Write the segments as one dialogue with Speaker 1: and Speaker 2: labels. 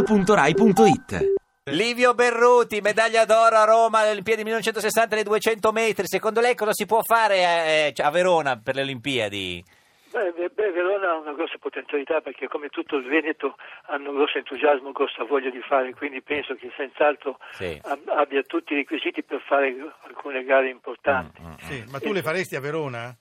Speaker 1: radio2pod.rai.it
Speaker 2: Livio Berruti, medaglia d'oro a Roma alle Olimpiadi 1960 nei 200 metri. Secondo lei cosa si può fare a, eh, a Verona per le Olimpiadi?
Speaker 3: Beh, beh, beh, Verona ha una grossa potenzialità perché come tutto il Veneto hanno un grosso entusiasmo, una grossa voglia di fare, quindi penso che senz'altro
Speaker 2: Sì.
Speaker 3: ab- abbia tutti i requisiti per fare alcune gare
Speaker 2: Mm,
Speaker 3: importanti.
Speaker 4: Sì, ma tu le faresti a Verona?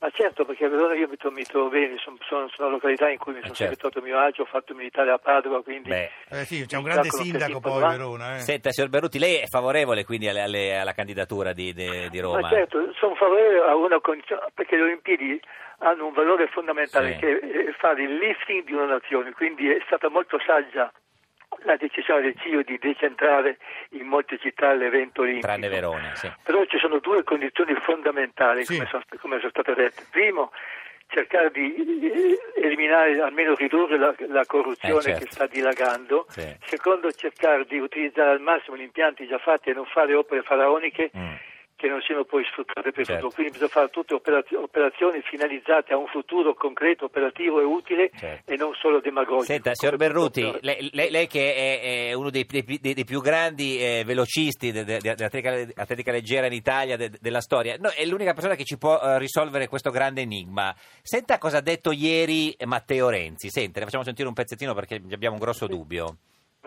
Speaker 3: Ma certo, perché a Verona io mi, tro- mi trovo bene, son- sono, sono una località in cui mi sono
Speaker 2: certo.
Speaker 3: sempre trovato a mio agio, ho fatto militare a Padova, quindi
Speaker 2: Beh.
Speaker 4: Eh sì, c'è un grande
Speaker 3: Calcolo che
Speaker 4: sindaco
Speaker 3: tipo
Speaker 4: poi a
Speaker 3: va-
Speaker 4: Verona. Eh.
Speaker 2: Senta, signor Berruti, lei è favorevole quindi alle- alle- alla candidatura di, de- di Roma?
Speaker 3: Ma certo, sono favorevole a una condizione, perché le Olimpiadi hanno un valore fondamentale
Speaker 2: Sì.
Speaker 3: che è fare il lifting di una nazione, quindi è stata molto saggia la decisione del CIO di decentrare in molte città l'evento olimpico.
Speaker 2: Tranne Verona, sì.
Speaker 3: Però ci sono due condizioni fondamentali,
Speaker 4: Sì.
Speaker 3: come, sono, come sono state dette. Primo, cercare di eh, eliminare, almeno ridurre la, la corruzione
Speaker 2: Eh, certo.
Speaker 3: che sta dilagando.
Speaker 2: Sì.
Speaker 3: Secondo, cercare di utilizzare al massimo gli impianti già fatti e non fare opere faraoniche
Speaker 2: Mm.
Speaker 3: che non siano poi sfruttate per il
Speaker 2: Certo.
Speaker 3: futuro. Quindi bisogna fare tutte operaz- operazioni finalizzate a un futuro concreto, operativo e utile
Speaker 2: Certo.
Speaker 3: e non solo demagogico.
Speaker 2: Senta, signor Berruti, lei, lei- lei che è, è uno dei, dei- dei- dei più grandi eh, velocisti de- de- dell'atletica atletica leggera in Italia de- della storia, no, è l'unica persona che ci può eh, risolvere questo grande enigma. Senta cosa ha detto ieri Matteo Renzi. Senta, ne facciamo sentire un pezzettino perché abbiamo un grosso dubbio.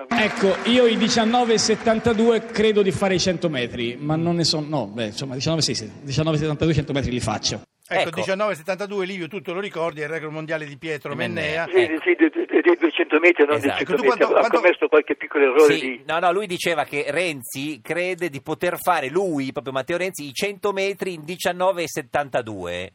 Speaker 5: Ecco, io i 19,72 credo di fare i 100 metri, ma non ne sono, no, beh, insomma, 19, sì, sì, 19,72 100 metri li faccio.
Speaker 4: Ecco,
Speaker 2: Ecco.
Speaker 4: 1972, Livio, tu te lo ricordi, è il record mondiale di Pietro
Speaker 2: Mennea.
Speaker 4: Mennea.
Speaker 3: Sì,
Speaker 2: Ecco.
Speaker 3: sì, dei, dei- dei 200 metri, non
Speaker 2: Esatto.
Speaker 3: dei
Speaker 4: Ecco, tu
Speaker 3: 100 metri,
Speaker 4: quando-
Speaker 3: ha
Speaker 4: quando-
Speaker 3: commesso qualche piccolo errore
Speaker 2: Sì,
Speaker 3: di...
Speaker 2: no, no, lui diceva che Renzi crede di poter fare, lui, proprio Matteo Renzi, i 100 metri in 19,72.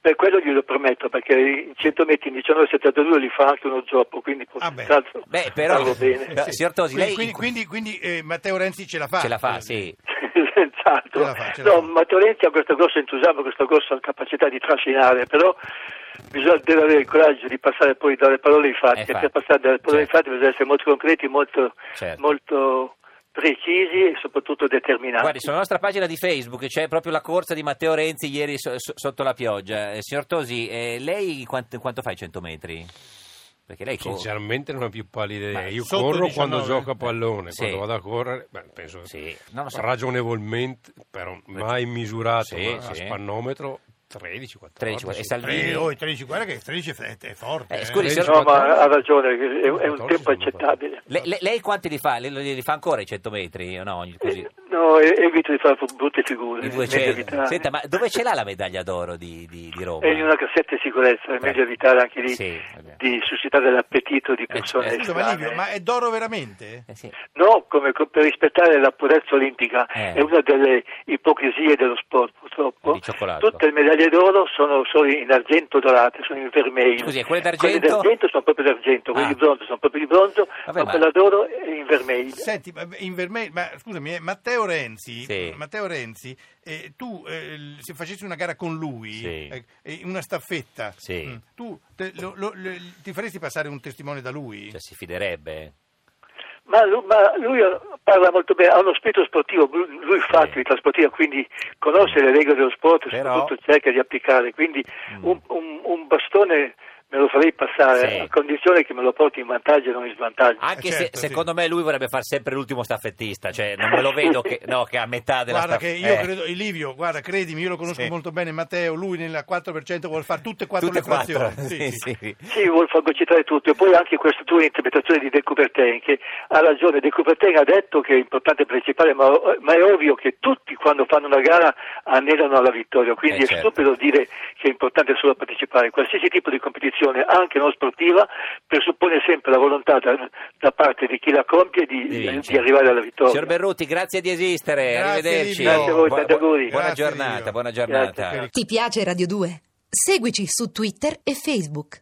Speaker 3: Per quello glielo prometto, perché i 100 metri in 1972 li fa anche uno zoppo, quindi può
Speaker 4: Ah, beh.
Speaker 3: senz'altro
Speaker 2: Beh, però,
Speaker 3: farlo bene.
Speaker 2: no, signor Tosi,
Speaker 4: quindi,
Speaker 2: lei
Speaker 4: quindi, quindi- quindi, eh, Matteo Renzi ce la fa. Eh,
Speaker 2: ce la fa, sì.
Speaker 3: Senz'altro.
Speaker 4: Ce la fa, ce la
Speaker 3: no,
Speaker 4: fa.
Speaker 3: Matteo Renzi ha questo grosso entusiasmo, questa grossa capacità di trascinare, però bisogna deve avere il coraggio di passare poi dalle parole ai fatti,
Speaker 2: Eh,
Speaker 3: e
Speaker 2: fatti.
Speaker 3: per passare dalle parole ai
Speaker 2: Certo.
Speaker 3: fatti bisogna essere molto concreti, molto,
Speaker 2: Certo.
Speaker 3: molto precisi e soprattutto determinati.
Speaker 2: Guardi, sulla nostra pagina di Facebook c'è proprio la corsa di Matteo Renzi ieri so- so- sotto la pioggia. Eh, signor Tosi, eh, lei quant- quanto fa i 100 metri? Perché lei co-
Speaker 6: Sinceramente non ho più pallida idea.
Speaker 2: Ecco. Ma
Speaker 6: Io
Speaker 4: sotto
Speaker 6: corro
Speaker 4: 19?
Speaker 6: quando gioco a pallone,
Speaker 2: Sì.
Speaker 6: quando vado a correre, beh, penso
Speaker 2: Sì, non lo so.
Speaker 6: ragionevolmente, però mai misurato
Speaker 2: Sì,
Speaker 6: ma a
Speaker 2: sì.
Speaker 6: spannometro 13, 14.
Speaker 2: 13, e Salvini?
Speaker 4: Eh, oh, i 13, guarda che 13 è f- è forte.
Speaker 2: Eh,
Speaker 4: eh.
Speaker 2: scusi, signor-
Speaker 3: No, ma ha ragione, è, è un
Speaker 6: 14
Speaker 3: tempo
Speaker 6: sono
Speaker 3: accettabile.
Speaker 2: Le- le- lei quanti li fa? Le, le- li fa ancora i 100 metri? o No, Ogni- così.
Speaker 3: No, e- evito di fare fu- brutte figure.
Speaker 2: I
Speaker 3: meglio
Speaker 2: 200.
Speaker 3: evitare.
Speaker 2: Senta, ma dove ce l'ha la medaglia d'oro di, di- di Roma?
Speaker 3: È in una cassetta di sicurezza, è
Speaker 2: Beh.
Speaker 3: meglio evitare anche di,
Speaker 2: Sì, vabbè.
Speaker 3: di suscitare l'appetito di persone.
Speaker 2: certo.
Speaker 4: Scusa, ma
Speaker 3: estranee.
Speaker 4: Livio, ma è d'oro veramente?
Speaker 2: Eh sì.
Speaker 3: No, come, co- per rispettare la purezza olimpica
Speaker 2: Eh.
Speaker 3: è una delle ipocrisie dello sport,
Speaker 2: Di
Speaker 3: purtroppo.
Speaker 2: cioccolato.
Speaker 3: Tutte le medaglie d'oro sono solo in argento dorate, sono in vermelho.
Speaker 2: Scusi, e quelle d'argento?
Speaker 3: Quelle d'argento sono proprio d'argento, quelle
Speaker 2: Ah.
Speaker 3: di bronzo sono proprio di bronzo,
Speaker 2: Vabbè,
Speaker 3: ma
Speaker 2: ma-
Speaker 3: quella d'oro è in vermelho.
Speaker 4: Senti, ma in verme- ma scusami, eh, Matteo Renzi,
Speaker 2: Sì.
Speaker 4: Matteo Renzi eh, tu eh, l- se facessi una gara con lui,
Speaker 2: Sì.
Speaker 4: eh, eh, una staffetta,
Speaker 2: Sì.
Speaker 4: mm, tu te- lo- lo- lo- ti faresti passare un testimone da lui?
Speaker 2: Cioè, si fiderebbe?
Speaker 3: Ma lui, ma lui parla molto bene, ha uno spirito sportivo, lui lui fa attività sportiva, quindi conosce le regole dello sport e
Speaker 2: Però- Mm.
Speaker 3: soprattutto cerca di applicarle, quindi un, un- un bastone me lo farei passare
Speaker 2: Sì.
Speaker 3: a condizione che me lo porti in vantaggio e non in svantaggio.
Speaker 2: Anche
Speaker 4: Eh, certo,
Speaker 2: se
Speaker 4: sì.
Speaker 2: secondo me lui vorrebbe fare sempre l'ultimo staffettista, cioè non me lo vedo che, no, che a metà della
Speaker 4: Guarda che
Speaker 2: staff-
Speaker 4: io
Speaker 2: eh,
Speaker 4: credo, Livio, guarda, credimi, io lo conosco
Speaker 2: Sì.
Speaker 4: molto bene Matteo, lui nella 4% vuole fare tutte e quattro
Speaker 2: tutte e
Speaker 4: le frazioni.
Speaker 2: quattro.
Speaker 4: Sì, sì.
Speaker 2: sì, sì.
Speaker 3: Sì, vuol fagocitare tutto. E poi anche questa tua interpretazione di De Coubertin, che ha ragione. De Coubertin ha detto che è importante e principale, ma, ma è ovvio che tutti quando fanno una gara anelano alla vittoria. Quindi
Speaker 2: Eh,
Speaker 3: è
Speaker 2: certo.
Speaker 3: stupido dire che è importante solo partecipare. Qualsiasi tipo di competizione, anche non sportiva, presuppone sempre la volontà da, da parte di chi la compie
Speaker 2: Di
Speaker 3: di, di,
Speaker 2: vincere.
Speaker 3: arrivare alla vittoria.
Speaker 2: Signor Berruti, grazie di esistere,
Speaker 4: Grazie,
Speaker 2: arrivederci.
Speaker 4: Livio. Grazie
Speaker 3: a voi,
Speaker 2: Bu-
Speaker 3: tanti auguri.
Speaker 2: Buona
Speaker 4: Grazie,
Speaker 2: giornata,
Speaker 4: Livio.
Speaker 2: buona giornata.
Speaker 3: Grazie.
Speaker 7: Ti piace Radio 2? Seguici su Twitter e Facebook.